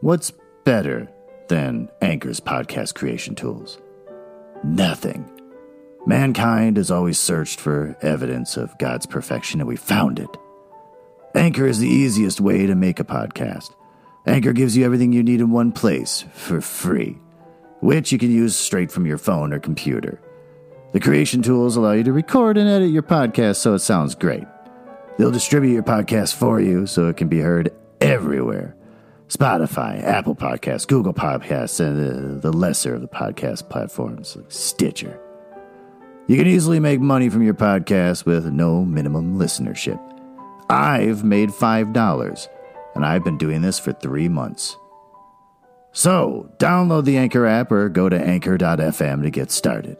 What's better than Anchor's podcast creation tools? Nothing. Mankind has always searched for evidence of God's perfection, and we found it. Anchor is the easiest way to make a podcast. Anchor gives you everything you need in one place for free, which you can use straight from your phone or computer. The creation tools allow you to record and edit your podcast so it sounds great. They'll distribute your podcast for you so it can be heard everywhere Spotify, Apple Podcasts, Google Podcasts, and uh, the lesser of the podcast platforms like Stitcher. You can easily make money from your podcast with no minimum listenership. I've made $5, and I've been doing this for three months. So, download the Anchor app or go to anchor.fm to get started.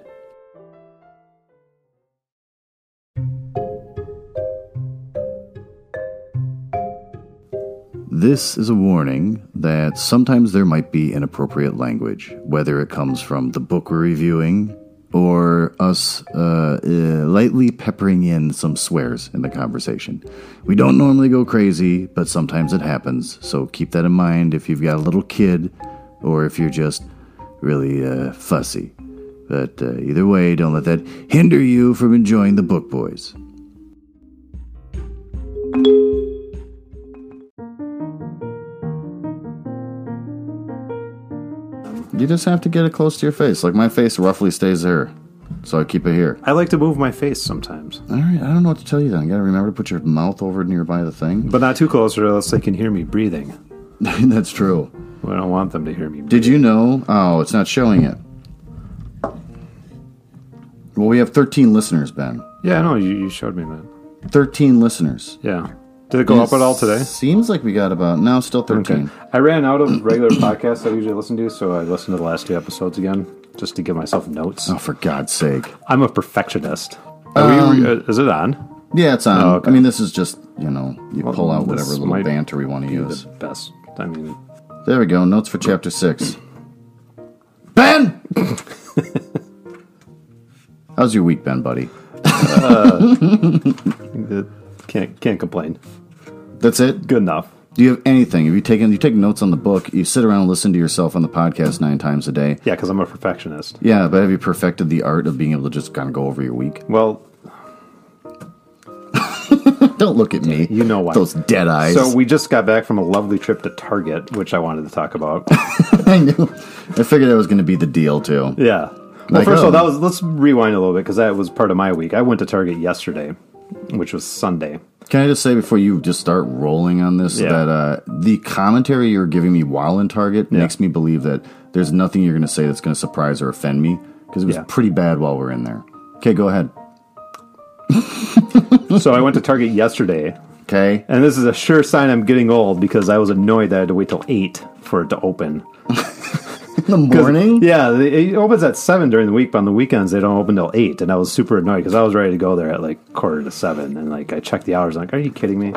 This is a warning that sometimes there might be inappropriate language, whether it comes from the book we're reviewing or us uh, uh, lightly peppering in some swears in the conversation. We don't normally go crazy, but sometimes it happens, so keep that in mind if you've got a little kid or if you're just really uh, fussy. But uh, either way, don't let that hinder you from enjoying the Book Boys. You just have to get it close to your face. Like my face roughly stays here, so I keep it here. I like to move my face sometimes, All right, I don't know what to tell you then. You gotta remember to put your mouth over nearby the thing. but not too close, or else they can hear me breathing. That's true. I don't want them to hear me. Did you know? Oh, it's not showing it. Well, we have 13 listeners, Ben. Yeah, no, you, you showed me that. 13 listeners. Yeah. Did it go up at all today? Seems like we got about, no, still 13. I ran out of regular podcasts I usually listen to, so I listened to the last two episodes again just to give myself notes. Oh, for God's sake. I'm a perfectionist. Are we, uh, is it on? Yeah, it's on. Oh, okay. I mean, this is just, you know, you pull out this whatever little might banter we want to You're use. the best. I mean, There we go. Notes for chapter six. Ben! How's your week, Ben, buddy? it- can't can't complain. That's it? Good enough. Do you have anything? Have you taken you take notes on the book? You sit around and listen to yourself on the podcast nine times a day. Yeah, because I'm a perfectionist. Yeah, but have you perfected the art of being able to just kind of go over your week? Well, Don't look at me. You know why. Those dead eyes. so we just got back from a lovely trip to Target, which I wanted to talk about. I knew. I figured that was going to be the deal too. Yeah. Well, Like, first oh. of all, that was let's rewind a little bit because that was part of my week. I went to Target yesterday, which was Sunday. Can I just say before you just start rolling on this Yeah. that uh, the commentary you're giving me while in Target makes me believe that there's nothing you're going to say that's going to surprise or offend me because it was Yeah. pretty bad while we're in there. Okay, go ahead. so I went to Target yesterday, Okay. and this is a sure sign I'm getting old because I was annoyed that I had to wait till eight for it to open. In the morning. Yeah, they- it opens at seven during the week, but on the weekends they don't open till eight, and I was super annoyed because I was ready to go there at like quarter to seven, and like I checked the hours, like, are you kidding me?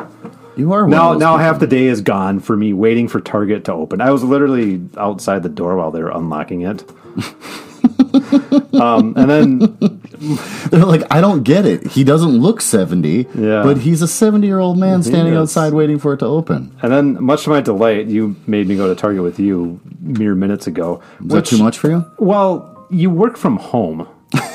You are one Now, of those now people. half the day is gone for me waiting for Target to open. I was literally outside the door while they were unlocking it. um, and then, They're like, I don't get it. He doesn't look 70, Yeah. but he's a 70 year old man standing is. outside waiting for it to open. and then, much to my delight, you made me go to Target with you mere minutes ago. Is that too much for you? Well, you work from home,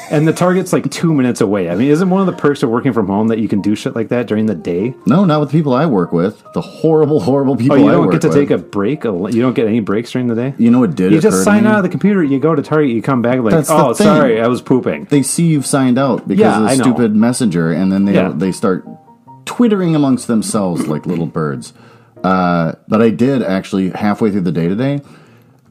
and the Target's like two minutes away. I mean, isn't one of the perks of working from home that you can do shit like that during the day? No, not with the people I work with. The horrible, horrible Oh, people you I don't work get to with. take a break. a li- You don't get any breaks during the day. you know what did You occur to just sign me? out of the computer. You go to Target. You come back like, That's the oh, thing. sorry, I was pooping. They see you've signed out because Yeah, of the I know. stupid messenger, and then they, Yeah. they start twittering amongst themselves like little birds. Uh, but I did actually, halfway through the day today,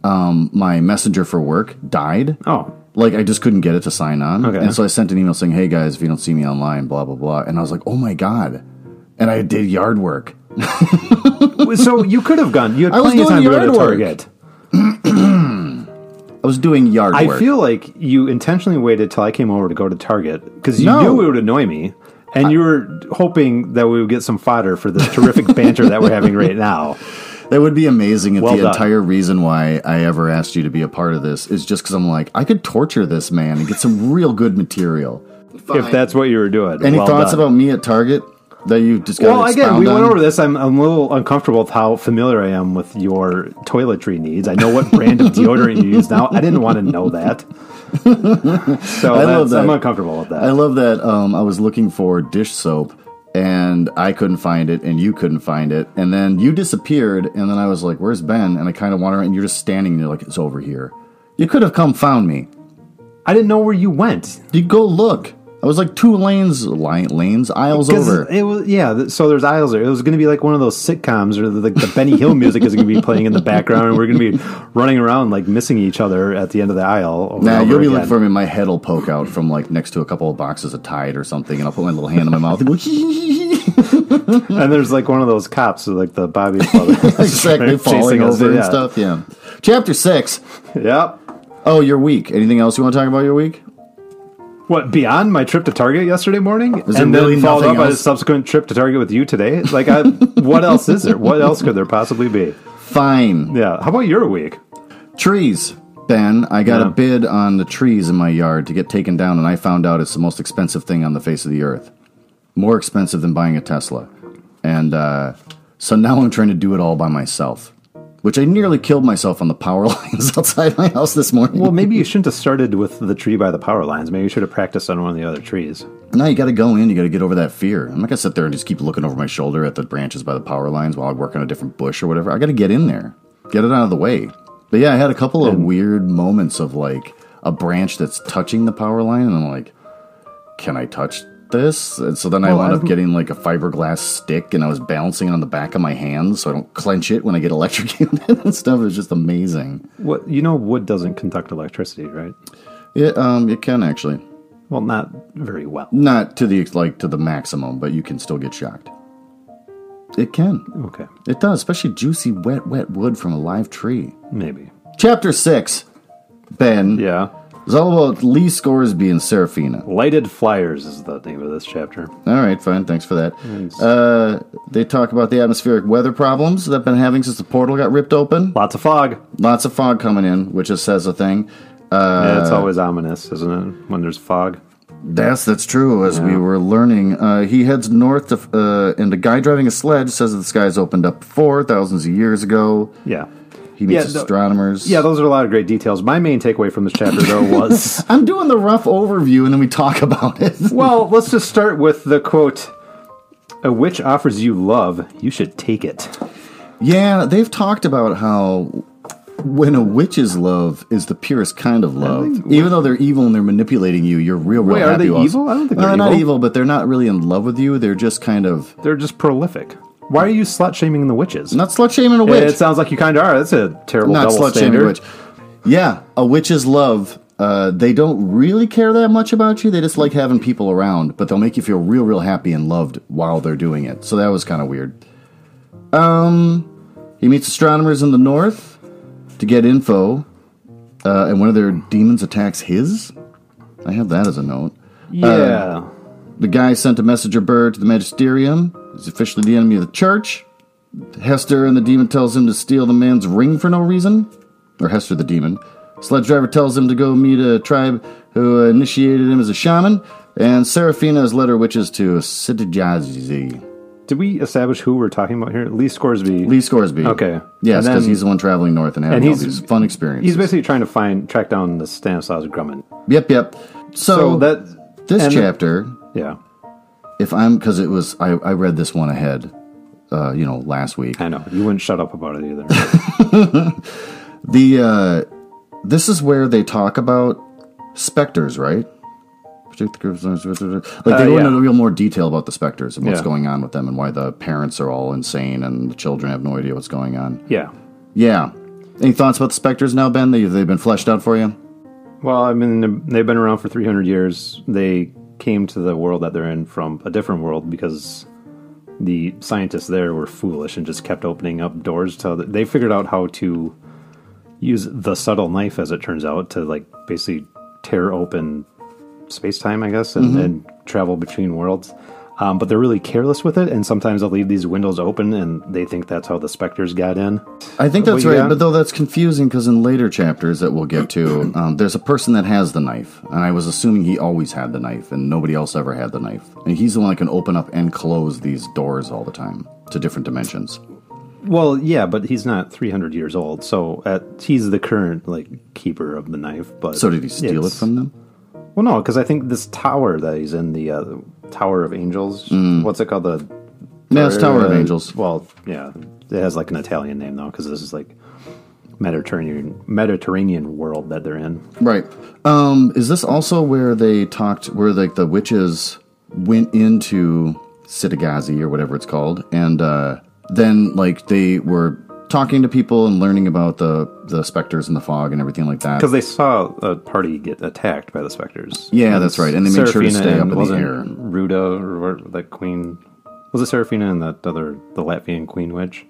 um, my messenger for work died. Oh, like I just couldn't get it to sign on. Okay. And so I sent an email saying, "Hey guys, if you don't see me online, blah blah blah." And I was like, "Oh my god!" And I did yard work. so you could have gone. You had I was plenty doing of time to go to yard work. Target. I was doing yard I work. feel like you intentionally waited till I came over to go to Target because you No. knew it would annoy me, and you were hoping that we would get some fodder for this terrific banter that we're having right now. that would be amazing if Well the done. entire reason why I ever asked you to be a part of this is just because I'm like, I could torture this man and get some real good material. Fine. If that's what you were doing, Any well thoughts done. about me at Target? that you just got Well, again, we went over this. I'm, I'm a little uncomfortable with how familiar I am with your toiletry needs. I know what brand of deodorant you use now. I didn't want to know that. so I love that. I'm uncomfortable with that. I love that um, I was looking for dish soap and I couldn't find it and you couldn't find it. And then you disappeared and then I was like, where's Ben? And I kind of wander and you're just standing there like, it's over here. You could have come found me. I didn't know where you went. You go look. I was like two lanes, li- lanes, aisles 'Cause over. It was yeah. th- So there's aisles there. It was going to be like one of those sitcoms, or like the Benny Hill music is going to be playing in the background, and we're going to be running around like missing each other at the end of the aisle. over Now and you'll over be again. looking for me. My head will poke out from like next to a couple of boxes of Tide or something, and I'll put my little hand in my mouth. and go, and there's like one of those cops, like the Bobby Club, exactly, falling over and stuff. Yeah. Chapter six. Yep. Oh, your week. Anything else you want to talk about your week? What beyond my trip to Target yesterday morning, there and then really followed up nothing by a else? subsequent trip to Target with you today? Like, I, what else is there? What else could there possibly be? Fine. Yeah. How about your week? Trees. Ben, I got Yeah. a bid on the trees in my yard to get taken down, and I found out it's the most expensive thing on the face of the earth. More expensive than buying a Tesla. And uh, so now I'm trying to do it all by myself, which I nearly killed myself on the power lines outside my house this morning. Well, maybe you shouldn't have started with the tree by the power lines. Maybe you should have practiced on one of the other trees. No, you got to go in. You got to get over that fear. I'm not gonna sit there and just keep looking over my shoulder at the branches by the power lines while I work on a different bush or whatever. I got to get in there, get it out of the way. But yeah, I had a couple of weird moments of like a branch that's touching the power line, and I'm like, can I touch this? And so then I Well, wound I've- up getting like a fiberglass stick, and I was balancing it on the back of my hands so I don't clench it when I get electrocuted and stuff. It's just amazing. What you know, wood doesn't conduct electricity, right? It um, it can actually Well, not very well. not to the like to the maximum, but you can still get shocked. It can. Okay, It does, especially juicy, wet, wet wood from a live tree. maybe. Chapter 6, Ben, Yeah. is all about Lee Scoresby and Serafina. Lighted flyers is the name of this chapter. All right, fine, thanks for that. Uh, they talk about the atmospheric weather problems that have been having since the portal got ripped open. Lots of fog. Lots of fog coming in, which just says a thing. Uh. yeah, it's always ominous, isn't it? When there's fog. Yes, that's true. As we were learning, uh, he heads north, to, uh, and the guy driving a sledge says that the skies opened up four thousands of years ago. Yeah. He meets Yeah, the- astronomers. Yeah, those are a lot of great details. My main takeaway from this chapter, though, was I'm doing the rough overview, and then we talk about it. well, let's just start with the quote A witch offers you love, you should take it. Yeah, they've talked about how when a witch's love is the purest kind of love, even though they're evil and they're manipulating you, you're real, real Wait, are happy. they while- evil? I don't think No, they're not evil. evil, but they're not really in love with you. They're just kind of They're just prolific. Why are you slut shaming the witches? not slut shaming a Yeah, witch. It sounds like you kind of are. That's a terrible not double slut shaming standard. a witch. Yeah, a witch's love. Uh, they don't really care that much about you. They just like having people around, but they'll make you feel real, real happy and loved while they're doing it. So that was kind of weird. Um, he meets astronomers in the north to get info, uh, and one of their demons attacks his. I have that as a note. Yeah. Um, The guy sent a messenger bird to the magisterium. He's officially the enemy of the church. Hester and the demon tells him to steal the man's ring for no reason. Or Hester the demon. Sledge driver tells him to go meet a tribe who initiated him as a shaman. And Seraphina has led her witches to Sitijazi. Did we establish who we're talking about here? Lee Scoresby. Lee Scoresby. Okay. Yes, And because then- he's the one traveling north and having and all he's- these fun experiences. He's basically trying to find track down the Stanislaus Grumman. yep, yep. So, So that this and- chapter, yeah, if I'm, because it was, I, I read this one ahead, uh, you know, last week. I know you wouldn't shut up about it either. The uh, this is where they talk about specters, right? Predict the- Like they Uh, go yeah. into real more detail about the specters and what's Yeah. going on with them and why the parents are all insane and the children have no idea what's going on. yeah. Yeah. Any thoughts about the specters now, Ben? They, they've been fleshed out for you. Well, I mean, they've been around for 300 years. They came to the world that they're in from a different world because the scientists there were foolish and just kept opening up doors to. They figured out how to use the subtle knife, as it turns out, to like basically tear open space time, I guess, and, and travel between worlds. Um, but they're really careless with it, and sometimes they'll leave these windows open, and they think that's how the specters got in. I think that's What you right, got? but though that's confusing because in later chapters that we'll get to, um, there's a person that has the knife, and I was assuming he always had the knife, and nobody else ever had the knife, and he's the one that can open up and close these doors all the time to different dimensions. Well, yeah, but he's not 300 years old, so at, he's the current like keeper of the knife. But So did he steal it it's- from them? Well, no, because I think this tower that he's in, the uh, Tower of Angels, what's it called? The Mm. No, it's Tower of uh, Angels. Well, yeah, it has like an Italian name though, because this is like Mediterranean Mediterranean world that they're in. Right. Um, is this also where they talked, where like the witches went into Sitagazi or whatever it's called, and uh, then like they were talking to people and learning about the the specters and the fog and everything like that? Because they saw a party get attacked by the specters. Yeah, that's right, and they made sure to Serafina stay and up in the wasn't air. Ruda or what- that queen was it Serafina and that other the Latvian queen witch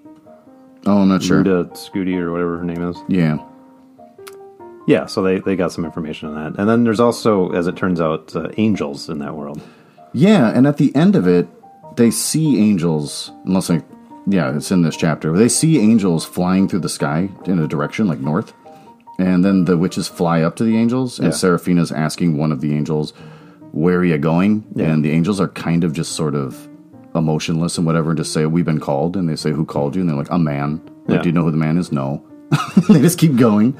Oh, I'm not sure. Ruda Scuti or whatever her name is. Yeah. Yeah, so they, they got some information on that, and then there's also, as it turns out, uh, angels in that world. Yeah, and at the end of it, they see angels, unless I, yeah, it's in this chapter, they see angels flying through the sky in a direction, like north. And then the witches fly up to the angels, and Yeah. Seraphina's asking one of the angels, Where are you going? And the angels are kind of just sort of emotionless and whatever, and just say, We've been called. And they say, Who called you? And they're like, A man. Like, Yeah. do you know who the man is? No. they just keep going.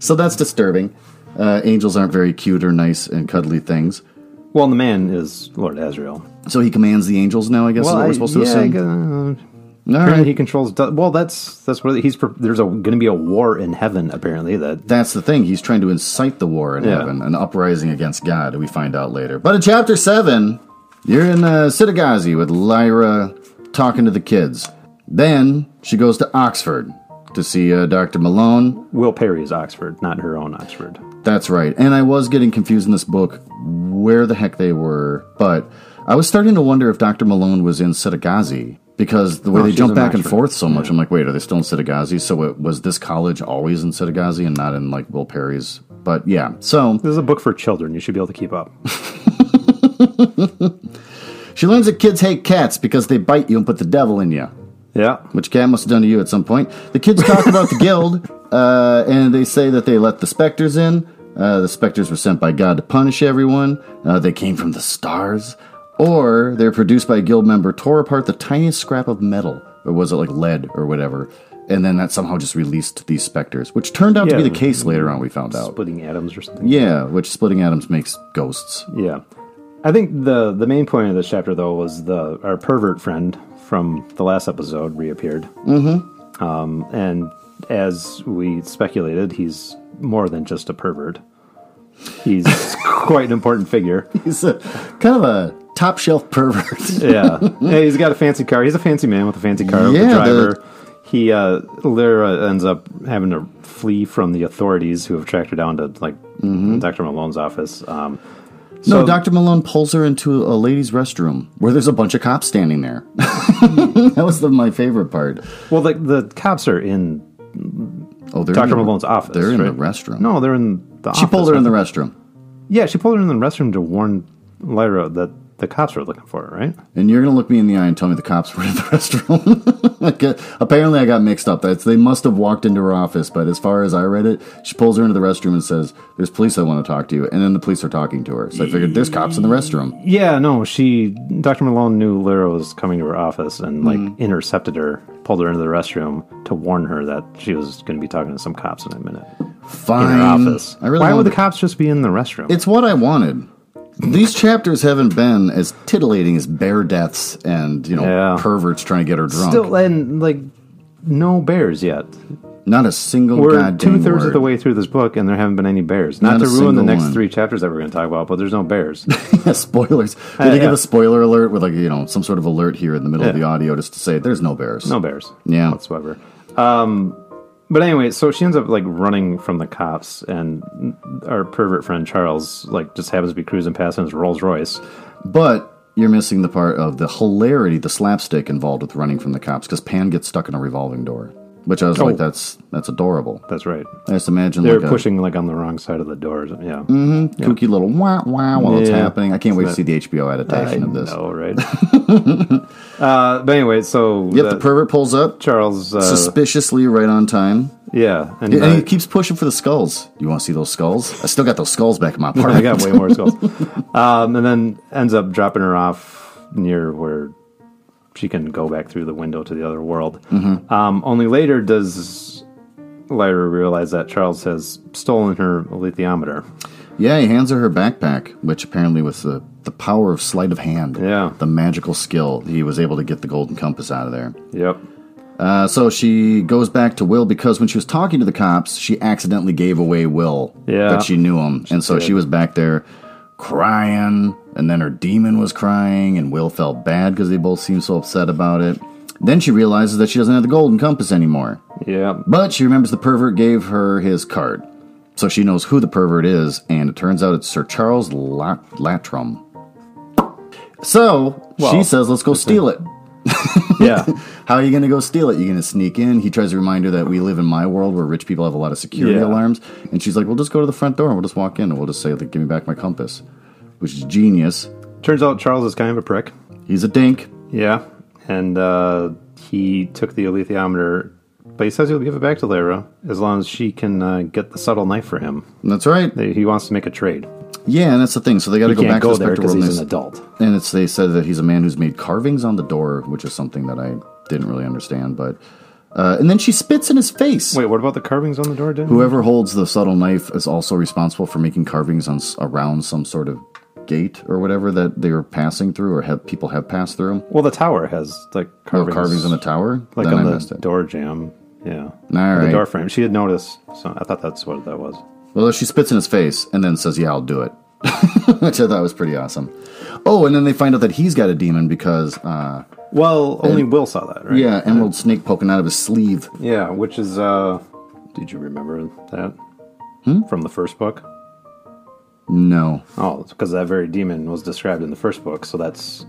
So that's disturbing. Uh, angels aren't very cute or nice and cuddly things. Well, and the man is Lord Azrael. So he commands the angels now, I guess, is what I- we're supposed to yeah, I assume. gu- All Apparently, right. he controls. du- Well, that's that's what he's. pro- There's a going to be a war in heaven. Apparently, that That's the thing. He's trying to incite the war in Yeah. heaven, an uprising against God, we find out later. But in chapter 7, you're in uh, Sitagazi with Lyra talking to the kids. Then she goes to Oxford to see uh, Dr. Malone. Will Perry is Oxford, not her own Oxford. That's right. And I was getting confused in this book where the heck they were, but I was starting to wonder if Dr. Malone was in Sitagazi because the way No, they she's jump in back and Oxford. forth so much. I'm like, wait, are they still in Sitagazi? So it, was this college always in Sitagazi and not in like Will Perry's? But yeah, so This is a book for children. You should be able to keep up. she learns that kids hate cats because they bite you and put the devil in you. yeah. which Cat must have done to you at some point. The kids talk about the guild, uh, and they say that they let the specters in. Uh, the specters were sent by God to punish everyone. Uh, they came from the stars, or they're produced by a guild member tore apart the tiniest scrap of metal, or was it like lead or whatever, and then that somehow just released these specters, which turned out to be Yeah. the case later on. We found out. Splitting atoms or something. Yeah, which splitting atoms makes ghosts. Yeah. I think the the main point of this chapter though was the our pervert friend from the last episode reappeared. Mm-hmm. Um, and as we speculated, he's more than just a pervert. He's quite an important figure. He's a, kind of a top shelf pervert. yeah. yeah, he's got a fancy car. He's a fancy man with a fancy car. with a Yeah, the- driver. He uh, Lyra ends up having to flee from the authorities who have tracked her down to like Mm-hmm. Dr. Malone's office. Um, No, so- Dr. Malone pulls her into a ladies' restroom where there's a bunch of cops standing there. that was the, my favorite part. Well, the the cops are in Oh, they're Dr. in the- Malone's office. They're in the right? restroom. No, they're in the she pulled her in the restroom, Yeah, she pulled her in the restroom to warn Lyra that the cops were looking for her, right? and you're gonna look me in the eye and tell me the cops were in the restroom. Okay, Apparently, I got mixed up. That's they must have walked into her office. But as far as I read it, she pulls her into the restroom and says, "There's police. I want to talk to you." And then the police are talking to her. So I figured there's cops in the restroom. Yeah, no, she Dr. Malone knew Lyra was coming to her office and like Mm-hmm. intercepted her, pulled her into the restroom to warn her that she was going to be talking to some cops in a minute in Fine. her office. I really Why would wanted- the cops just be in the restroom? It's what I wanted. These chapters haven't been as titillating as bear deaths and you know Yeah. perverts trying to get her drunk. still and like no bears yet. Not a single We're goddamn two thirds word. of the way through this book, and there haven't been any bears. Not Not, a to ruin the single next one. three chapters that we're going to talk about, but there's no bears. Yeah, Spoilers. Did they give Uh, yeah. a spoiler alert with like you know some sort of alert here in the middle of the audio just to say there's no bears? No bears. Yeah. Whatsoever. Um, but anyway, so she ends up like running from the cops, and our pervert friend Charles like just happens to be cruising past in his Rolls Royce. But you're missing the part of the hilarity, the slapstick involved with running from the cops because Pan gets stuck in a revolving door. Which I was Oh. like, that's that's adorable. That's right. I just imagine They're like pushing like on the wrong side of the doors. Yeah. a kooky little wah wah while it's Yeah. happening. I can't wait to see the HBO adaptation of this. No, right. uh, but anyway, so Yep, that- the pervert pulls up Charles. Uh, suspiciously right on time, yeah, and, and uh, he keeps pushing for the skulls. You want to see those skulls? I still got those skulls back in my I apartment. got way more skulls. um, and then ends up dropping her off near where she can go back through the window to the other world. Mm-hmm. Um, only later does Lyra realize that Charles has stolen her lithiometer. yeah, he hands her her backpack, which apparently with the the power of sleight of hand, Yeah. the magical skill, he was able to get the golden compass out of there. Yep. Uh, so she goes back to Will because when she was talking to the cops, she accidentally gave away Will Yeah. that she knew him, and so she was back there crying, and then her demon was crying, and Will felt bad because they both seemed so upset about it. Then she realizes that she doesn't have the golden compass anymore, Yeah. but she remembers the pervert gave her his card, so she knows who the pervert is, and it turns out it's Sir Charles Lat- Latram. So she Well, says, "Let's go steal it." Yeah. How are you going to go steal it? You going to sneak in? He tries to remind her that we live in my world where rich people have a lot of security Yeah. alarms. And she's like, we'll just go to the front door and we'll just walk in and we'll just say, like, give me back my compass, which is genius. Turns out Charles is kind of a prick. He's a dink. Yeah. And uh, he took the alethiometer, but he says he'll give it back to Lyra as long as she can uh, get the subtle knife for him. That's right. He wants to make a trade. Yeah, and that's the thing. So they got to go He can't back go to the there spectral world. because he's an And, adult. it's- and it's they said that he's a man who's made carvings on the door, which is something that I didn't really understand. But uh, and then she spits in his face. Wait, what about the carvings on the door, Dan? Whoever holds the subtle knife is also responsible for making carvings on s- around some sort of gate or whatever that they were passing through or have people have passed through. Well, the tower has like Oh, carvings, carvings on the tower. like then on I the missed it. door jam. Yeah, All the right. door frame. She had noticed, so I thought that's what that was. Well, she spits in his face and then says, "Yeah, I'll do it," which I thought was pretty awesome. Oh, and then they find out that he's got a demon because uh, Well, only Will saw that, right? yeah, emerald snake poking out of his sleeve. yeah. Which is, uh did you remember that Hmm? from the first book? No, Oh, it's because that very demon was described in the first book, so that's.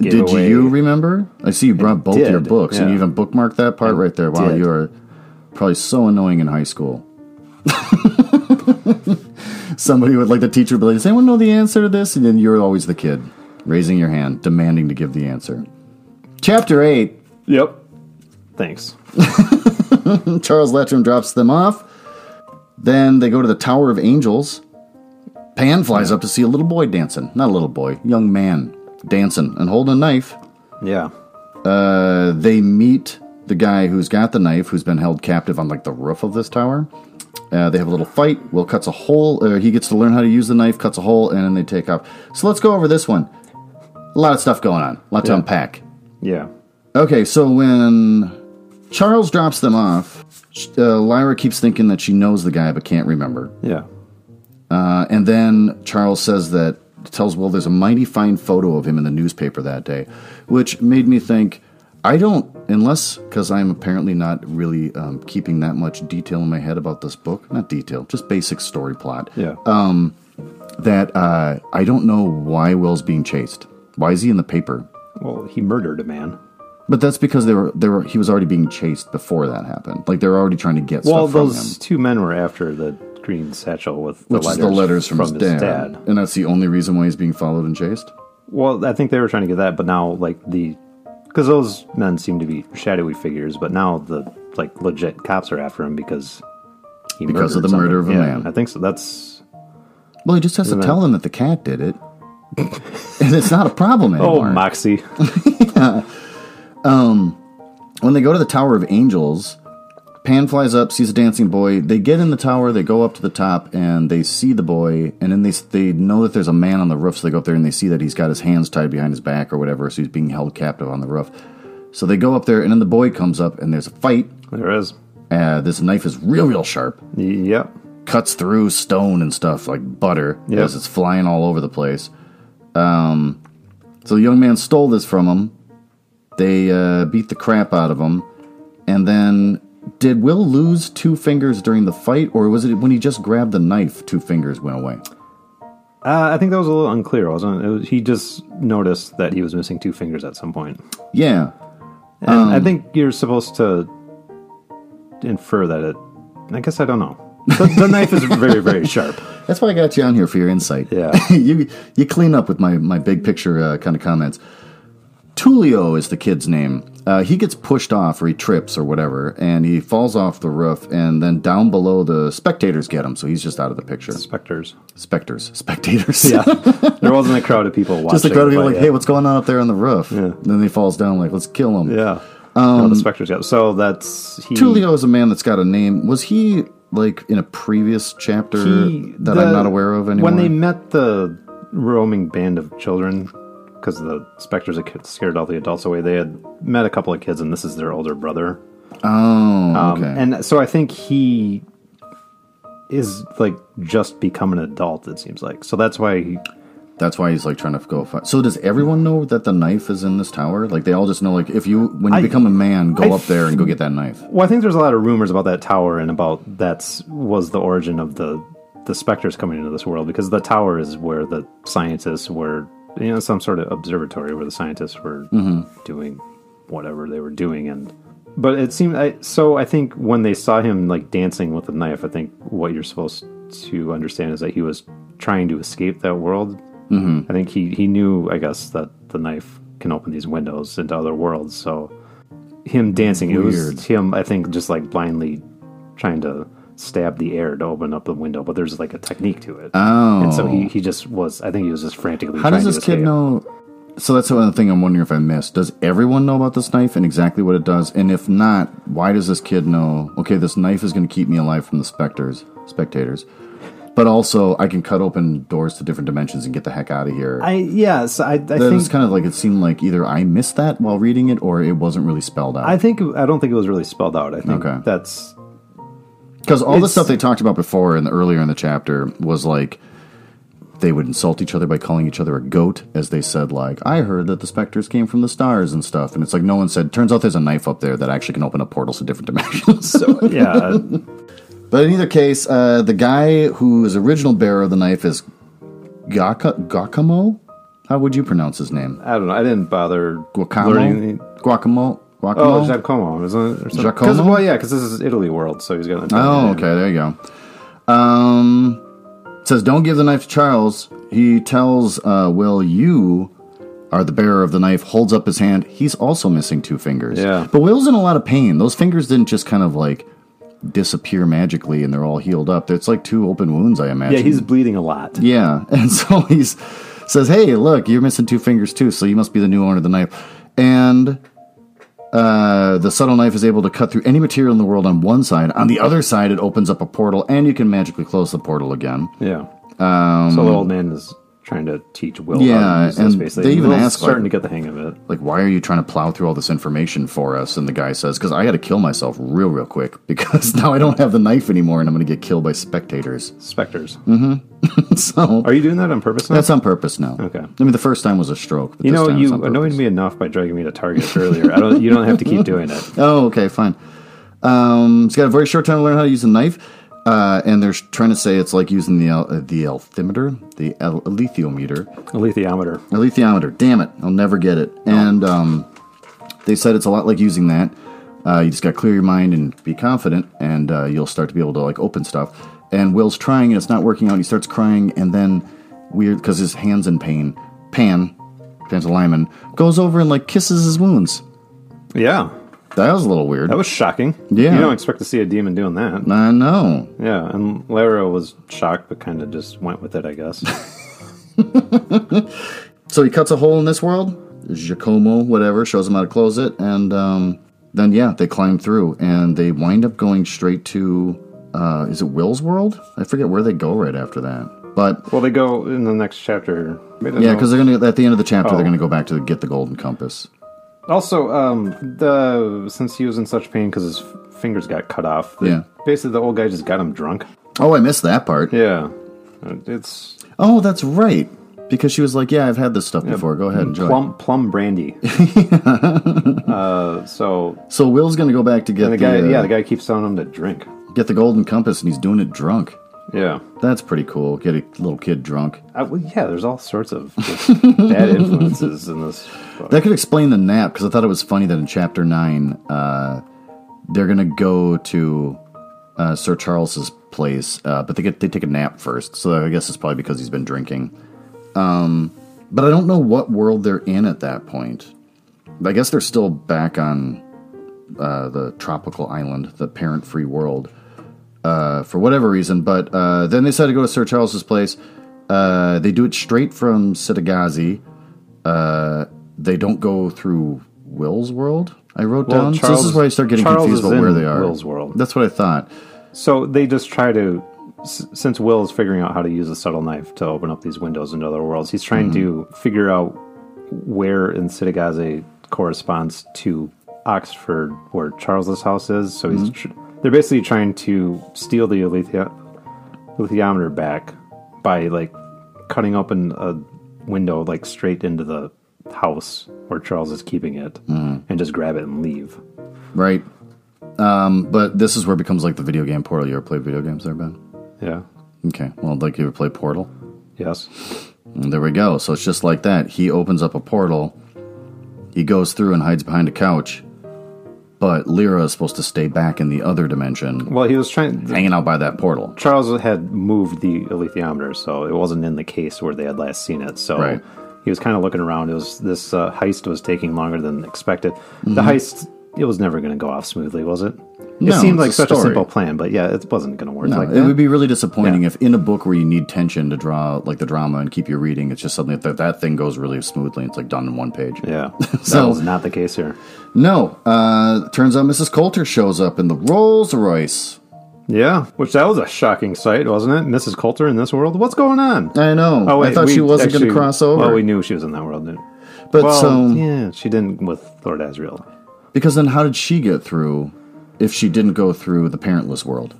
gave did away- you remember? I see you brought both did, your books and you yeah. even bookmarked that part right there. Wow, did. you are probably so annoying in high school. Somebody would like the teacher would be like, "Does anyone know the answer to this?" And then you're always the kid raising your hand, demanding to give the answer. Chapter eight. Yep. Thanks. Charles Letram drops them off. Then they go to the Tower of Angels. Pan flies up to see a little boy dancing. Not a little boy, young man dancing and holding a knife. Yeah. Uh, they meet the guy who's got the knife, who's been held captive on like the roof of this tower. Uh, they have a little fight. Will cuts a hole. Uh, he gets to learn how to use the knife, cuts a hole, and then they take off. So let's go over this one. A lot of stuff going on. A lot to unpack. Yeah. Okay, so when Charles drops them off, sh- uh, Lyra keeps thinking that she knows the guy but can't remember. Yeah. Uh, and then Charles says that, tells Will there's a mighty fine photo of him in the newspaper that day, which made me think, I don't, unless, because I'm apparently not really um, keeping that much detail in my head about this book, not detail, just basic story plot, Yeah. that uh, I don't know why Will's being chased. Why is he in the paper? well, he murdered a man. But that's because they were they were he was already being chased before that happened. Like they're already trying to get Well, stuff from those him, two men were after the green satchel with the which letters, is the letters from, his, dad. dad. and that's the only reason why he's being followed and chased. Well, I think they were trying to get that, but now like the because those men seem to be shadowy figures, but now the like legit cops are after him because he Because of murdered the somebody. murder of a Yeah, man. I think so. That's Well, he just has to tell them that the cat did it, and it's not a problem oh anymore. Moxie. When they go to the Tower of Angels, Pan flies up, sees a dancing boy. They get in the tower, they go up to the top, and they see the boy. And then they they know that there's a man on the roof, so they go up there and they see that he's got his hands tied behind his back or whatever, so he's being held captive on the roof. So they go up there, and then the boy comes up, and there's a fight. there is. Uh, this knife is real, real sharp. Y- Yep. Cuts through stone and stuff like butter Yeah. as it's flying all over the place. Um, so the young man stole this from him. They uh, beat the crap out of him. And then, did Will lose two fingers during the fight, or was it when he just grabbed the knife, two fingers went away? Uh, I think that was a little unclear, wasn't it? It was- he just noticed that he was missing two fingers at some point. Yeah. And I think you're supposed to infer that it. I guess I don't know. The, the knife is very, very sharp. That's why I got you on here for your insight. Yeah. you you clean up with my my big picture uh, kind of comments. Tulio is the kid's name. Uh, he gets pushed off or he trips or whatever, and he falls off the roof, and then down below the spectators get him, so he's just out of the picture. Specters. Specters, spectators. Yeah. there wasn't a crowd of people watching. Just the crowd of people but like, yeah. hey, what's going on up there on the roof? And then he falls down, like, let's kill him. Yeah. no, the specters got. So that's he. um, Tulio is a man that's got a name. Was he like in a previous chapter he- that the- I'm not aware of anymore? When they met the roaming band of children, because the specters had scared all the adults away, they had met a couple of kids, and this is their older brother. oh, Um, okay. And so I think he is like just become an adult. It seems like so that's why he, That's why he's like trying to go fight. So does everyone know that the knife is in this tower? Like they all just know like if you when you become a man, go I up there and go get that knife. Well, I think there's a lot of rumors about that tower and about that's was the origin of the the specters coming into this world because the tower is where the scientists were, you know, some sort of observatory where the scientists were doing whatever they were doing and but it seemed I, so I think when they saw him like dancing with a knife, I think what you're supposed to understand is that he was trying to escape that world. Mm-hmm. I think he he knew, I guess, that the knife can open these windows into other worlds, so him dancing. It Weird. was him, I think, just like blindly trying to stab the air to open up the window, but there's like a technique to it. Oh. And so he, he just was, I think he was just frantically How trying does to this kid escape. know? So that's another thing I'm wondering if I missed. Does everyone know about this knife and exactly what it does? And if not, why does this kid know? Okay, this knife is going to keep me alive from the specters, spectators, but also I can cut open doors to different dimensions and get the heck out of here. I, yes, I, I that think was kind of like it seemed like either I missed that while reading it or it wasn't really spelled out. I think I don't think it was really spelled out. I think Okay. that's Because all the It's- stuff they talked about before and earlier in the chapter was like they would insult each other by calling each other a goat, as they said, like, I heard that the specters came from the stars and stuff. And it's like, no one said, turns out there's a knife up there that actually can open up portals to different dimensions. so yeah. but in either case, uh, the guy who is original bearer of the knife is Gaka- Gakamo? How would you pronounce his name? I don't know. I didn't bother Guacamo? learning. Guacamo? Guacamo? Oh, Giacomo, isn't it? Or something? 'Cause- Giacomo? Well, yeah, because this is Italy world, so he's got. an Italian Oh, name. okay, there you go. Um, it says, don't give the knife to Charles. He tells uh, Will, you are the bearer of the knife, holds up his hand. He's also missing two fingers. Yeah. But Will's in a lot of pain. Those fingers didn't just kind of like disappear magically and they're all healed up. It's like two open wounds, I imagine. Yeah, he's bleeding a lot. Yeah, and so he's says, "Hey, look, you're missing two fingers too, so you must be the new owner of the knife." And uh, the subtle knife is able to cut through any material in the world on one side. On the other side, it opens up a portal, and you can magically close the portal again. Yeah. Um, so the old man is trying to teach Will. how Yeah, to use and this, basically. they even Will's ask, like- starting to get the hang of it. Like, why are you trying to plow through all this information for us? And the guy says, "Because I got to kill myself real, real quick because now I don't have the knife anymore, and I'm going to get killed by spectators." Specters. so Are you doing that on purpose? Now? Mm. that's on purpose now. Okay. I mean, the first time was a stroke. But you this know, time it's you on purpose. annoyed me enough by dragging me to Target earlier. I don't. You don't have to keep doing it. Oh, okay, fine. Um, he's got a very short time to learn how to use a knife, uh, and they're trying to say it's like using the al- uh, the altimeter, the al- alethiometer, A lithiometer. alethiometer. Damn it, I'll never get it. And um, they said it's a lot like using that. Uh, you just got to clear your mind and be confident, and uh, you'll start to be able to like open stuff. And Will's trying, and it's not working out. And he starts crying, and then weird because his hands in pain. Pan, Pantalaimon, goes over and like kisses his wounds. Yeah, That was a little weird. that was shocking. Yeah. you don't expect to see a demon doing that. I know. Yeah, and Lara was shocked, but kind of just went with it, I guess. So he cuts a hole in this world. Giacomo, whatever, shows him how to close it, and um, then yeah, they climb through and they wind up going straight to uh, is it Will's world? I forget where they go right after that, but well, they go in the next chapter. yeah, because they're gonna at the end of the chapter Oh. they're gonna go back to the, get the golden compass. also, um, the since he was in such pain because his f- fingers got cut off, the- Yeah. basically the old guy just got him drunk. Oh, I missed that part. Yeah, it's Oh, that's right, because she was like, "Yeah, I've had this stuff before. Go ahead, enjoy." plum plum brandy. uh, so So Will's gonna go back to get and the, the guy, uh, yeah, the guy keeps telling him to drink. get the golden compass, and he's doing it drunk. Yeah. That's pretty cool. Get a little kid drunk. I, Uh, well, yeah, there's all sorts of just bad influences in this book. That could explain the nap because I thought it was funny that in chapter nine, uh, they're gonna go to uh, Sir Charles's place, uh, but they get they take a nap first. So I guess it's probably because he's been drinking. Um, but I don't know what world they're in at that point. I guess they're still back on uh, the tropical island, the parent-free world, uh, for whatever reason. But uh, then they decide to go to Sir Charles's place. Uh, they do it straight from Sitagazi. Uh, they don't go through Will's world. I wrote Well, down. so this Charles- is where I start getting Charles confused is about where in they are. Will's world. That's what I thought. So they just try to, s- since Will is figuring out how to use a subtle knife to open up these windows into other worlds, he's trying to figure out where in Sitigaze corresponds to Oxford, where Charles's house is. So he's tr- they're basically trying to steal the lithio- lithiometer back by like cutting open a window like straight into the house where Charles is keeping it, and just grab it and leave. Right. Um, but this is where it becomes like the video game Portal. You ever played video games there, Ben? Yeah. Okay. Well, like you ever play Portal? Yes. And there we go. So it's just like that. He opens up a portal. He goes through and hides behind a couch. But Lyra is supposed to stay back in the other dimension, Well, he was trying. hanging out by that portal. Charles had moved the alethiometer, so it wasn't in the case where they had last seen it. So Right. he was kind of looking around. It was this uh, heist was taking longer than expected. The heist it was never going to go off smoothly, was it? Mm-hmm. No, it seemed it's like a such story. a simple plan, but yeah, it wasn't going to work like it that. would be really disappointing if in a book where you need tension to draw out, like the drama and keep you reading, it's just suddenly that that thing goes really smoothly. and It's like done in one page. yeah, So- that was not the case here. No, uh, turns out Mrs. Coulter shows up in the Rolls Royce. Yeah, which that was a shocking sight, wasn't it? Mrs. Coulter in this world, what's going on? Oh, I know. I thought we she wasn't going to actually- cross over. Well, we knew she was in that world. Didn't we? but Well, so yeah, she didn't with Lord Asriel. Because then how did she get through if she didn't go through the parentless world?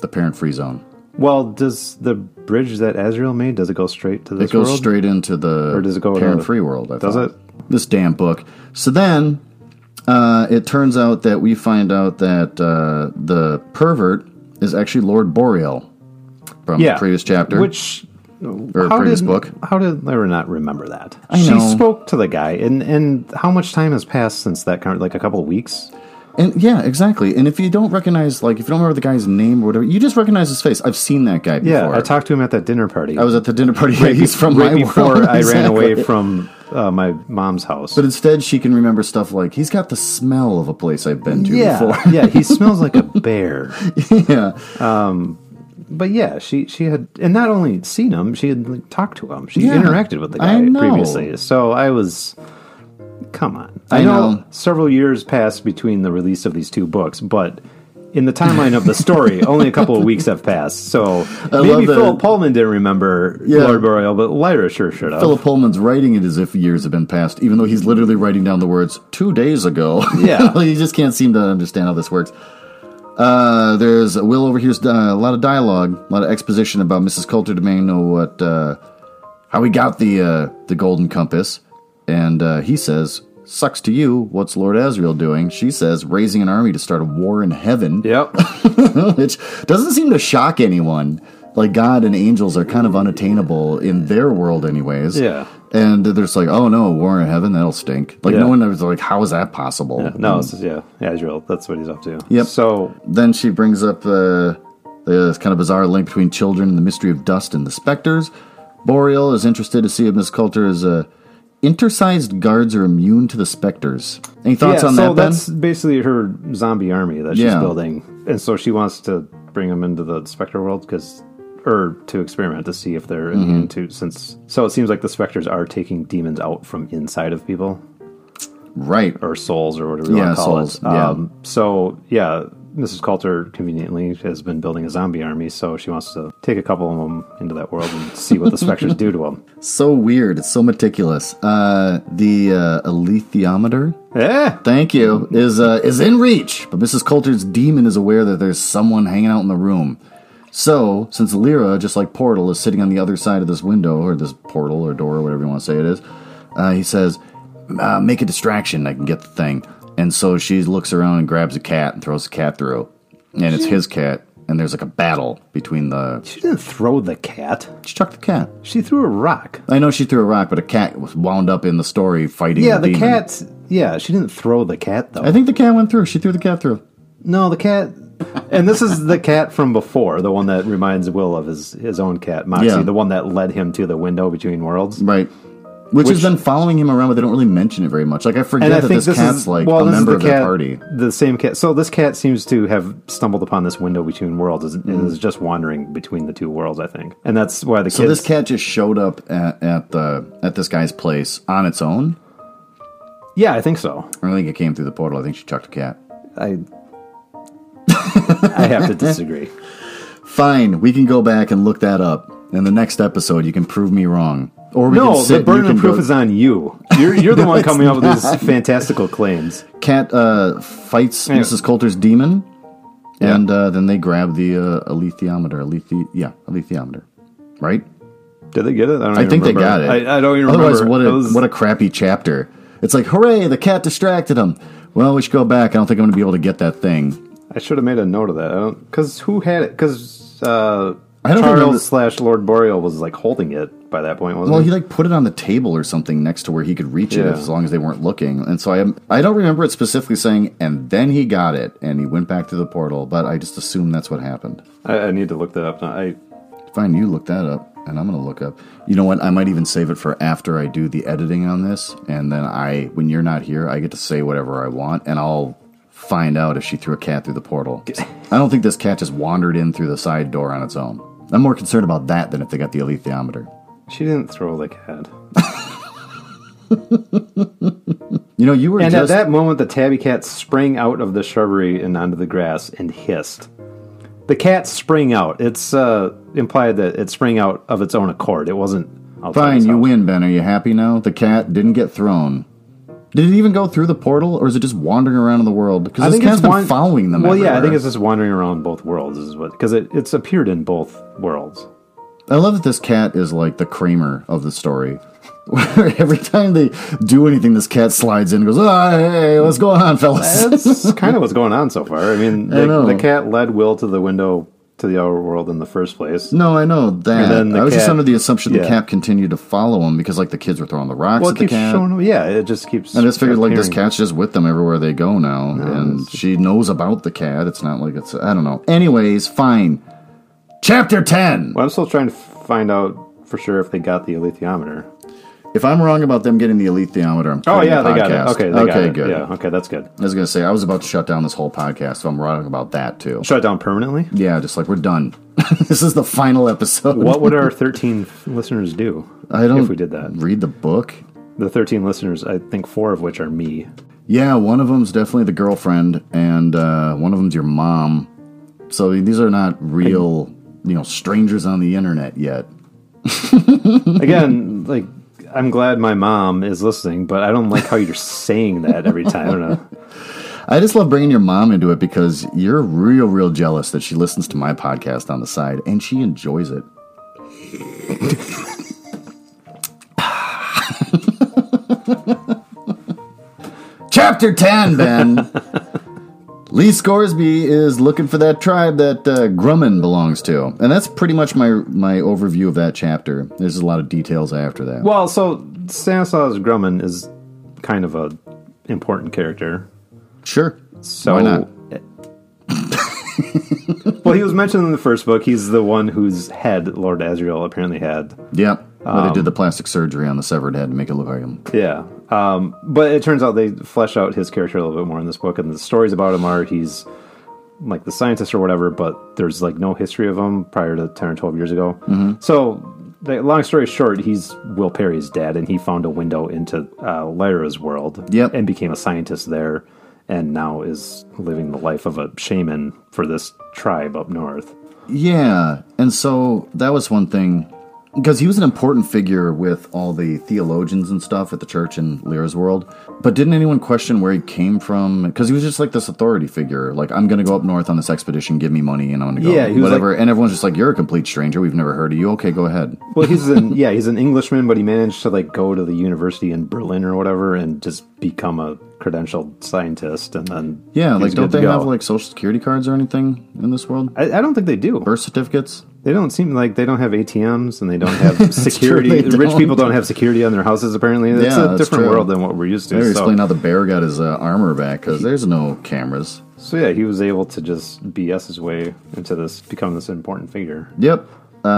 The parent free zone. Well, does the bridge that Azrael made does it go straight to this It goes world? straight into the does it go to- parent free world. I Does thought. it? This damn book. So then uh, it turns out that we find out that uh, the pervert is actually Lord Boreal from the previous chapter. Which or how previous did book. how did Lyra not remember that? know. She spoke to the guy, and and how much time has passed since that? Kind like a couple of weeks. And yeah, exactly. And if you don't recognize, like, if you don't remember the guy's name or whatever, you just recognize his face. I've seen that guy before. Yeah, I talked to him at that dinner party. I was at the dinner party. he's from right my before world. I ran Exactly. away from uh, my mom's house. But instead, she can remember stuff like he's got the smell of a place I've been to yeah, yeah, he smells like a bear. before. yeah, But yeah, she she had, and not only seen him, she had like, talked to him. She Yeah, interacted with the I guy know. previously. So I was, come on. I, I know, know. several years passed between the release of these two books, but in the timeline of the story, only a couple of weeks have passed. So love maybe that- Philip Pullman didn't remember Lord Boreal, but Lyra sure should have. Philip Pullman's writing it as if years have been passed, even though he's literally writing down the words two days ago. Yeah. you just can't seem to understand how this works. Uh, there's Will overhears uh, a lot of dialogue, a lot of exposition about Mrs. Coulter demanding to know what uh, how he got the uh, the golden compass, and uh, he says, "Sucks to you. What's Lord Asriel doing?" She says, "Raising an army to start a war in heaven." Yep. which doesn't seem to shock anyone. Like God and angels are kind of unattainable in their world, anyways. Yeah. And they're just like, oh no, war in heaven, that'll stink. Like no Yeah. one ever like, how is that possible? No, it's, yeah, Azrael. That's what he's up to. Yep. So Then she brings up uh, the kind of bizarre link between children and the mystery of dust and the specters. Boreal is interested to see if Miss Coulter is Uh, Intersized guards are immune to the specters. Any thoughts yeah, on so that, Ben? that's basically her zombie army that she's Yeah. building, and so she wants to bring them into the Spectre world because, or to experiment to see if they're Mm-hmm. immune to. Since so, it seems like the Spectres are taking demons out from inside of people right. or souls or whatever you Yeah, want to call souls, it. yeah. Um, So yeah, Mrs. Coulter conveniently has been building a zombie army, so she wants to take a couple of them into that world and see what the Spectres do to them. So weird. It's so meticulous. Uh, the uh, alethiometer. Yeah. Thank you. Is uh, is in reach, but Mrs. Coulter's demon is aware that there's someone hanging out in the room. So, since Lyra, just like Portal, is sitting on the other side of this window or this portal or door or whatever you want to say it is, uh, he says, uh, "Make a distraction. I can get the thing." And so she looks around and grabs a cat and throws the cat through, and it's his cat. And there's like a battle between the. She didn't throw the cat. She chucked the cat. She threw a rock. I know she threw a rock, but a cat was wound up in the story fighting. Yeah, the demon. cat. Yeah, she didn't throw the cat though. I think the cat went through. She threw the cat through. No, the cat. And this is the cat from before, the one that reminds Will of his, his own cat, Moxie, Yeah. the one that led him to the window between worlds. Right. Which, has been following him around, but they don't really mention it very much. Like I forget And I that think this, this cat's is like well, a this is member the of cat, the party. The same cat. So this cat seems to have stumbled upon this window between worlds and is just wandering between the two worlds. I think, and that's why the So kids. this cat just showed up at, at the at this guy's place on its own. yeah, I think so. I don't think it came through the portal. I think she chucked a cat. I I have to disagree. Fine, we can go back and look that up. In the next episode, you can prove me wrong, or we No, can sit the and you burden of can proof go- is on you. You're, you're the one coming up with these fantastical claims. cat uh, fights Anyway. Mrs. Coulter's demon, Yeah. and uh, then they grab the uh, alethiometer. Alethi- yeah, alethiometer, right? Did they get it? I, don't I even think they got remember. it. I, I don't even remember. Otherwise, what a It was- what a crappy chapter. It's like, hooray, the cat distracted him. Well, we should go back. I don't think I'm going to be able to get that thing. I should have made a note of that. Because who had it? Because uh, I don't Charles remember- slash Lord Boreal was like holding it by that point, wasn't Well, he? he like put it on the table or something next to where he could reach it Yeah. as long as they weren't looking. And so I I don't remember it specifically saying. And then he got it, and he went back to the portal. But I just assume that's what happened. I, I need to look that up. Now. I Fine, you look that up, and I'm going to look up. You know what? I might even save it for after I do the editing on this, and then I, when you're not here, I get to say whatever I want, and I'll find out if she threw a cat through the portal. I don't think this cat just wandered in through the side door on its own. I'm more concerned about that than if they got the alethiometer. she didn't throw the cat. You know, you were And just at that moment, the tabby cat sprang out of the shrubbery and onto the grass and hissed. The cat sprang out. It's uh, implied that it sprang out of its own accord. It wasn't outside fine. its You house. win, Ben. Are you happy now? The cat didn't get thrown. Did it even go through the portal, or is it just wandering around in the world? I Because this think cat's it's been wan- following them. Well, yeah, I everywhere. think it's just wandering around both worlds. Is what because it, it's appeared in both worlds. I love that this cat is like the Kramer of the story. Where every time they do anything, this cat slides in and goes, oh, hey, what's going on, fellas? That's kind of what's going on so far. I mean, I the, know. the cat led Will to the window to the outer world in the first place. no, I know that. And then the I was just cat- under the assumption the yeah. cat continued to follow him because, like, the kids were throwing the rocks Well, it at the keeps cat. showing. Yeah, it just keeps. I just figured, like, this appearing. cat's just with them everywhere they go now. and she knows about the cat. It's not like it's, I don't know. Anyways, fine. Chapter 10. Well, I'm still trying to find out for sure if they got the alethiometer. Oh, If I'm wrong about them getting the alethiometer, I'm Oh quitting yeah, the they got podcast. it. Okay, they got it. good. Yeah, okay, that's good. I was gonna say I was about to shut down this whole podcast, so I'm writing about that too. Shut it down permanently. Yeah, just like we're done. this is the final episode. What would our 13 listeners do I don't if we did that? read the book. The 13 listeners, I think four of which are me. Yeah, one of them's definitely the girlfriend, and uh, one of them's your mom. So these are not real, you know, strangers on the internet yet. Again, like I'm glad my mom is listening, but I don't like how you're saying that every time. I don't know. I just love bringing your mom into it because you're real, real jealous that she listens to my podcast on the side and she enjoys it. Chapter 10, Ben. Lee Scoresby is looking for that tribe that uh, Grumman belongs to. And that's pretty much my, my overview of that chapter. There's a lot of details after that. Well, so Stanislaus Grumman is kind of a important character. sure. So Why not? well, he was mentioned in the first book. He's the one whose head Lord Asriel apparently had. Yep. Where they did the plastic surgery on the severed head to make it look like him. Yeah. Um, but it turns out they flesh out his character a little bit more in this book, and the stories about him are he's like the scientist or whatever, but there's like no history of him prior to 10 or 12 years ago. So, the, long story short, he's Will Perry's dad, and he found a window into uh, Lyra's world Yep. and became a scientist there, and now is living the life of a shaman for this tribe up north. Yeah, and so that was one thing because he was an important figure with all the theologians and stuff at the church in Lyra's world. But didn't anyone question where he came from? Because he was just like this authority figure. Like, I'm going to go up north on this expedition. Give me money, and I'm going to go Yeah, he was whatever. and everyone's just like, "You're a complete stranger. We've never heard of you. Okay, go ahead." Well, he's an yeah, he's an Englishman, but he managed to like go to the university in Berlin or whatever, and just become a credentialed scientist, and then Yeah, he's like don't good to they go. have like social security cards or anything in this world? I, I don't think they do. Birth certificates? They don't seem like they don't have ATMs and they don't have security. they Rich don't. people don't have security on their houses. Apparently, it's Yeah, a that's different true. world than what we're used to. Better so- explain how the bear got his uh, armor back because there's no cameras. So yeah, he was able to just BS his way into this, become this important figure. Yep.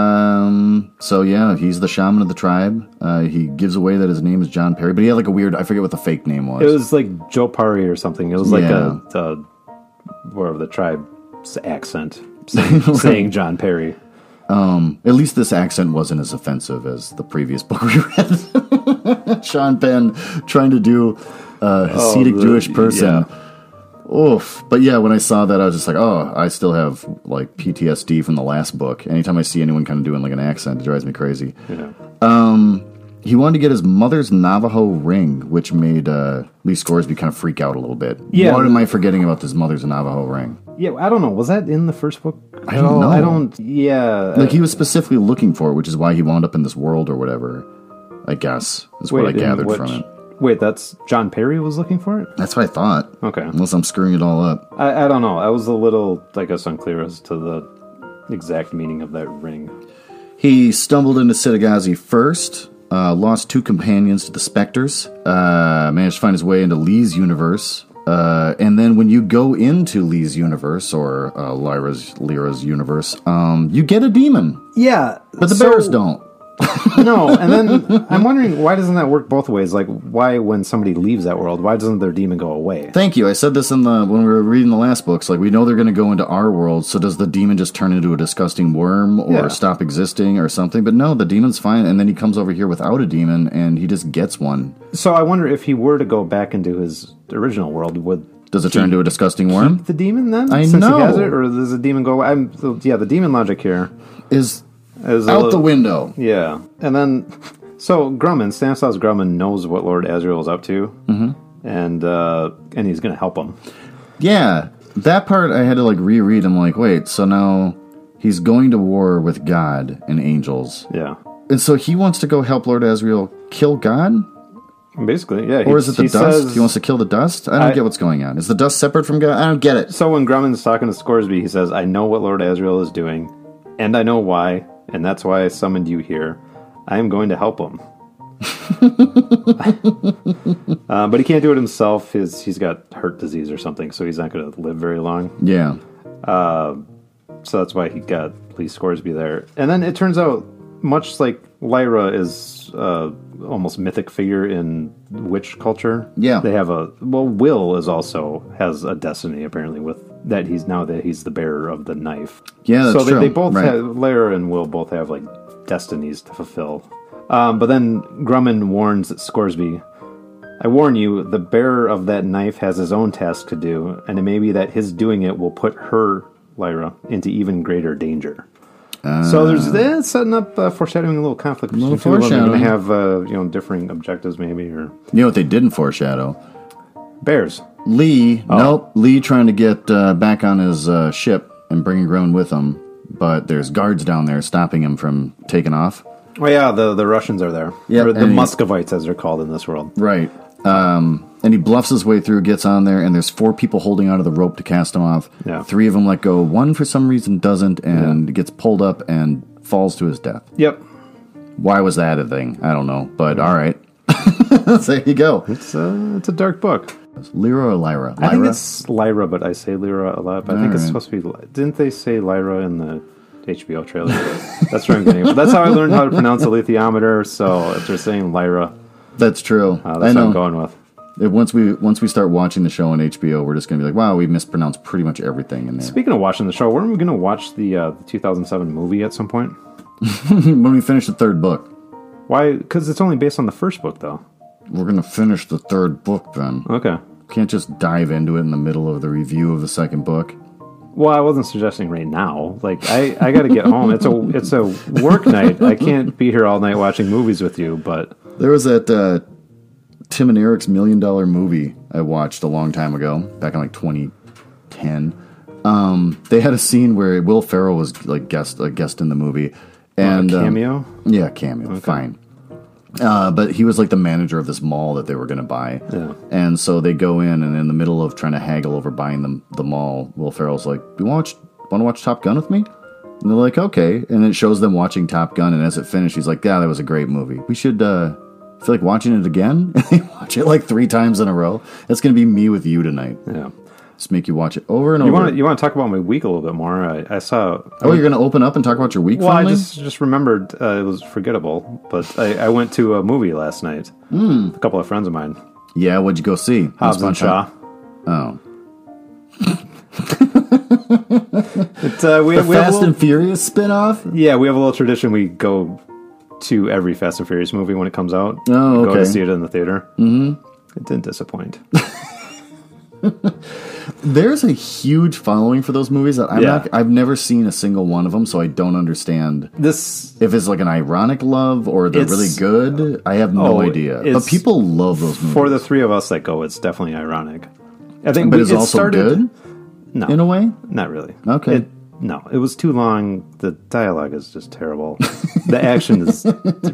Um, so yeah, he's the shaman of the tribe. Uh, he gives away that his name is John Perry, but he had like a weird, I forget what the fake name was. It was like Joe Parry or something. It was like a, a whatever the tribe's accent saying, saying John Perry. At least this accent wasn't as offensive as the previous book we read. Sean Penn trying to do a Hasidic the- Jewish person. Oh, yeah. Oof. But yeah, when I saw that, I was just like, oh, I still have like PTSD from the last book. Anytime I see anyone kind of doing like an accent, it drives me crazy. Yeah. He wanted to get his mother's Navajo ring, which made uh, Lee Scoresby kind of freak out a little bit. Yeah. What am I forgetting about this mother's Navajo ring? Yeah, I don't know. Was that in the first book? I don't know. I don't. Yeah. Like he was specifically looking for it, which is why he wound up in this world or whatever. I guess is what I in gathered which- from it. Wait, that's John Perry was looking for it. That's what I thought. Okay. Unless I'm screwing it all up. I, I don't know. I was a little, I guess, unclear as to the exact meaning of that ring. He stumbled into Sitagazi first, uh, lost two companions to the Spectres, uh, managed to find his way into Lee's universe. Uh, and then when you go into Lee's universe or uh, Lyra's Lyra's universe, um, you get a demon, Yeah, but the bears don't. no, and then I'm wondering why doesn't that work both ways? Like, why when somebody leaves that world, why doesn't their demon go away? Thank you. I said this in the when we were reading the last books. Like we know they're going to go into our world, so does the demon just turn into a disgusting worm or Yeah. stop existing or something? But no, the demon's fine, and then he comes over here without a demon, and he just gets one. So I wonder if he were to go back into his original world, would Does it turn into a disgusting worm? the demon then? I since know. he has it, or does the demon go? Away? I'm so, yeah, the demon logic here Is is a out the little- window. yeah, and then so Grumman, Stanislaus Grumman knows what Lord Azrael is up to, Mm-hmm. and uh, and he's going to help him. Yeah, that part I had to like reread. I'm like, wait, so now he's going to war with God and angels, Yeah, and so he wants to go help Lord Azrael kill God, basically, yeah. or is it the he dust? says- he wants to kill the dust. I don't I- get what's going on. Is the dust separate from God? I don't get it. So when Grumman's talking to Scoresby, he says, I know what Lord Azrael is doing, and I know why, and that's why I summoned you here. I am going to help him. uh, but he can't do it himself. His, he's got heart disease or something, so he's not going to live very long. Yeah. So that's why he got Lee Scoresby there. And then it turns out, much like Lyra is uh, almost mythic figure in witch culture. Yeah. they have a well. Will is also has a destiny apparently with that he's now that he's the bearer of the knife. Yeah, that's so they, true. they both Right. have Lyra and Will both have like destinies to fulfill. Um, but then Grumman warns Scoresby. I warn you, the bearer of that knife has his own task to do, and it may be that his doing it will put her, Lyra, into even greater danger. so there's eh, it's setting up uh, foreshadowing a little conflict. between Ah. little the two of them. They're foreshadowing. gonna have uh, you know differing objectives maybe or You know what they didn't foreshadow? bears. Lee, Oh. nope, Lee trying to get uh, back on his uh, ship and bringing Groan with him, but there's guards down there stopping him from taking off. Oh yeah, the the Russians are there. Yeah, or the and- Muscovites as they're called in this world. Right. Um, and he bluffs his way through, gets on there, and there's four people holding onto the rope to cast him off. Yeah. Three of them let go. One, for some reason, doesn't and gets pulled up and falls to his death. Yep. Why was that a thing? I don't know, but all right. there you go. It's a, it's a dark book. Lyra or Lyra? Lyra? I think it's Lyra, but I say Lyra a lot. But I think it's Alright. supposed to be. Ly- Didn't they say Lyra in the HBO trailer? That's where I'm getting. it. That's how I learned how to pronounce a lithiometer. So if they're saying Lyra, that's true. I uh, that's what know. I'm going with. If- once we once we start watching the show on HBO, we're just gonna be like, wow, we mispronounced pretty much everything in there. Speaking of watching the show, weren't we going to watch the, uh, the 2007 movie at some point? when we finish the third book, Why? Because it's only based on the first book, though. we're gonna finish the third book. Then Okay. can't just dive into it in the middle of the review of the second book. Well, I wasn't suggesting right now. Like, I, I got to get home. It's a it's a work night. I can't be here all night watching movies with you. But There was that uh, Tim and Eric's million dollar movie I watched a long time ago, back in like 2010. Um, they had a scene where Will Ferrell was like guest a guest in the movie, and um, cameo. yeah, cameo, fine. Uh, but he was like the manager of this mall that they were going to buy, Yeah. and so they go in, and in the middle of trying to haggle over buying the the mall, Will Ferrell's like, "You want want to watch Top Gun with me?" And they're like, "Okay." And it shows them watching Top Gun, and as it finished, he's like, "Yeah, that was a great movie. We should uh, feel like watching it again." And they watch it like three times in a row. That's going to be me with you tonight. yeah. Just make you watch it over and You over. want to you want to talk about my week a little bit more? I, I saw. oh, you're going to open up and talk about your week Well, I finally? just just remembered uh, it was forgettable, but I, I went to a movie last night. Mm. A couple of friends of mine, yeah, what'd Hmm. you go see? Hobbs and Once upon a Shaw. time- Oh. It, uh, we, we have a Fast little- and Furious spin-off? yeah, we have a little tradition. We go to every Fast and Furious movie when it comes out. Oh, Go okay. to see it in the theater. Mm-hmm. It didn't disappoint. There's a huge following for those movies that I'm Yeah. not, I've never seen a single one of them, so I don't understand this if it's like an ironic love or they're really It's- good. I have no Oh, idea. But it's- people love those movies. for the three of us that go, it's definitely ironic. I think but we- it's it also started, good No, in a way. Not really. Okay. It, no, it was too long. The dialogue is just terrible. the action is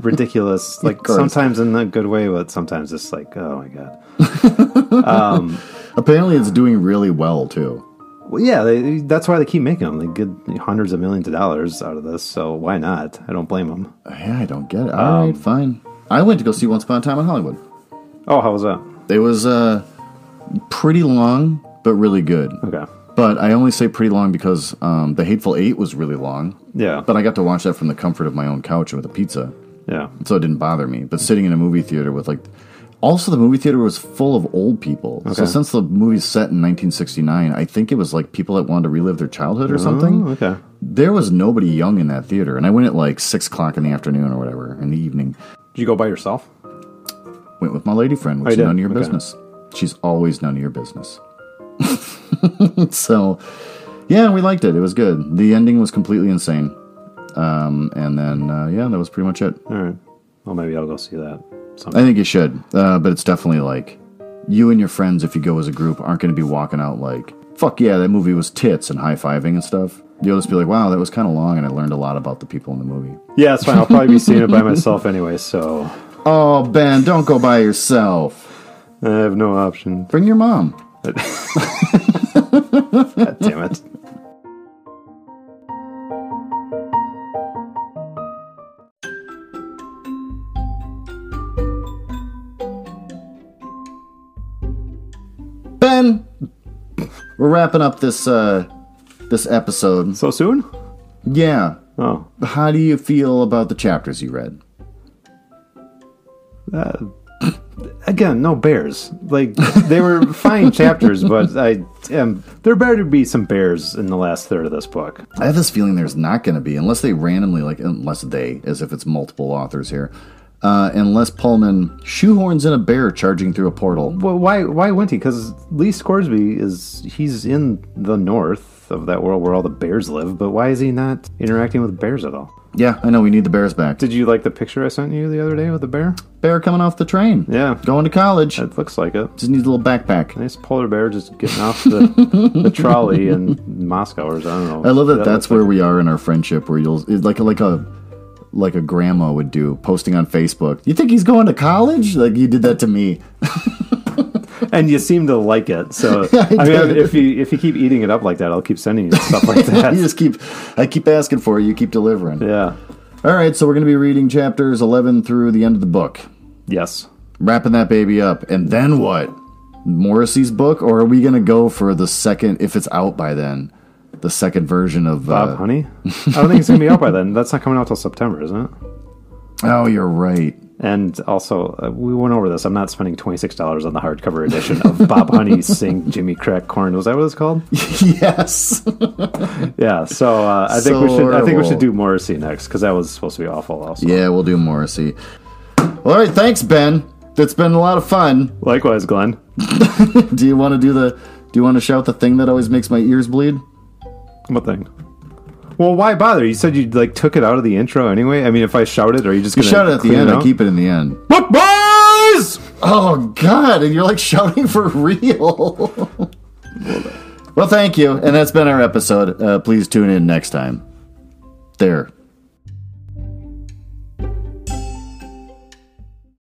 ridiculous. Like course. sometimes in a good way, but sometimes it's like, oh my god. Apparently, it's doing really well too. Well, yeah, they, that's why they keep making them. They get hundreds of millions of dollars out of this, so why not? I don't blame them. Yeah, I don't get it. All right, Um, fine. I went to go see Once Upon a Time in Hollywood. Oh, how was that? It was uh, pretty long, but really good. Okay. But I only say pretty long because um, The Hateful Eight was really long. Yeah. But I got to watch that from the comfort of my own couch with a pizza, yeah. so it didn't bother me. But sitting in a movie theater with like, also the movie theater was full of old people. So Okay. since the movie's set in 1969, I think it was like people that wanted to relive their childhood or something. Oh, okay. There was nobody young in that theater, and I went at like six o'clock in the afternoon or whatever in the evening. Did you go by yourself? Went with my lady friend, Oh, which you is did? none of your Okay. business. She's always none of your business. so, yeah, we liked it. It was good. The ending was completely insane. Um, and then, uh, yeah, that was pretty much it. All right. Well, maybe I'll go see that. I Sometime. think you should, uh, but it's definitely like you and your friends, if you go as a group, aren't going to be walking out like, fuck yeah, that movie was tits and high fiving and stuff. You'll just be like, wow, that was kind of long, and I learned a lot about the people in the movie. Yeah, it's fine. I'll probably be seeing it by myself anyway, so Oh, Ben, don't go by yourself. I have no option. Bring your mom. God damn it. Ben, we're wrapping up this uh this episode. So soon? Yeah. Oh. How do you feel about the chapters you read? Uh, Again, no bears. Like they were fine chapters, but I um, there better be some bears in the last third of this book. I have this feeling there's not going to be unless they randomly like unless they as if it's multiple authors here. Uh, unless Pullman shoehorns in a bear charging through a portal. Well, why why wouldn't he? Because Lee Scoresby is he's in the north of that world where all the bears live, but why is he not interacting with bears at all? Yeah, I know we need the bears back. Did you like the picture I sent you the other day with the bear? Bear coming off the train. Yeah, Uh, Going to college. it looks like it. Just needs a little backpack. Nice polar bear just getting off the, the trolley in Moscow or I don't know. I love that. that's where we are in our friendship, where you'll it's like like a like a grandma would do, posting on Facebook. You think he's going to college? Like you did that to me. and you seem to like it. So Yeah, I I, mean, did. if you if you keep eating it up like that, I'll keep sending you stuff like You that. just keep I keep asking for it. You keep delivering. yeah. All right, so we're gonna be reading chapters eleven through the end of the book, Yes. wrapping that baby up, and then what? Morrissey's book, or are we gonna go for the second? If it's out by then, the second version of Bob, uh, honey, I don't think it's gonna be out by then. That's not coming out till September, isn't it? oh, you're right. And also, uh, we went over this. I'm not spending twenty six dollars on the hardcover edition of Bob Honey Sing Jimmy Crack Corn. Was that what it's called? yes. Yeah. So uh, I think we So should. I think we horrible. should do Morrissey next because that was supposed to be awful. Also. Yeah, we'll do Morrissey. All right, thanks, Ben. That's been a lot of fun. Likewise, Glenn. Do you want to do the? Do you want to shout the thing that always makes my ears bleed? What thing? Well, why bother? You said you like took it out of the intro anyway. I mean, if I shout it, are you just You gonna shout it at the clean end. I out? keep it in the end. What boys? Oh God! And you're like shouting for real. well, thank you, and that's been our episode. Uh, please tune in next time. There.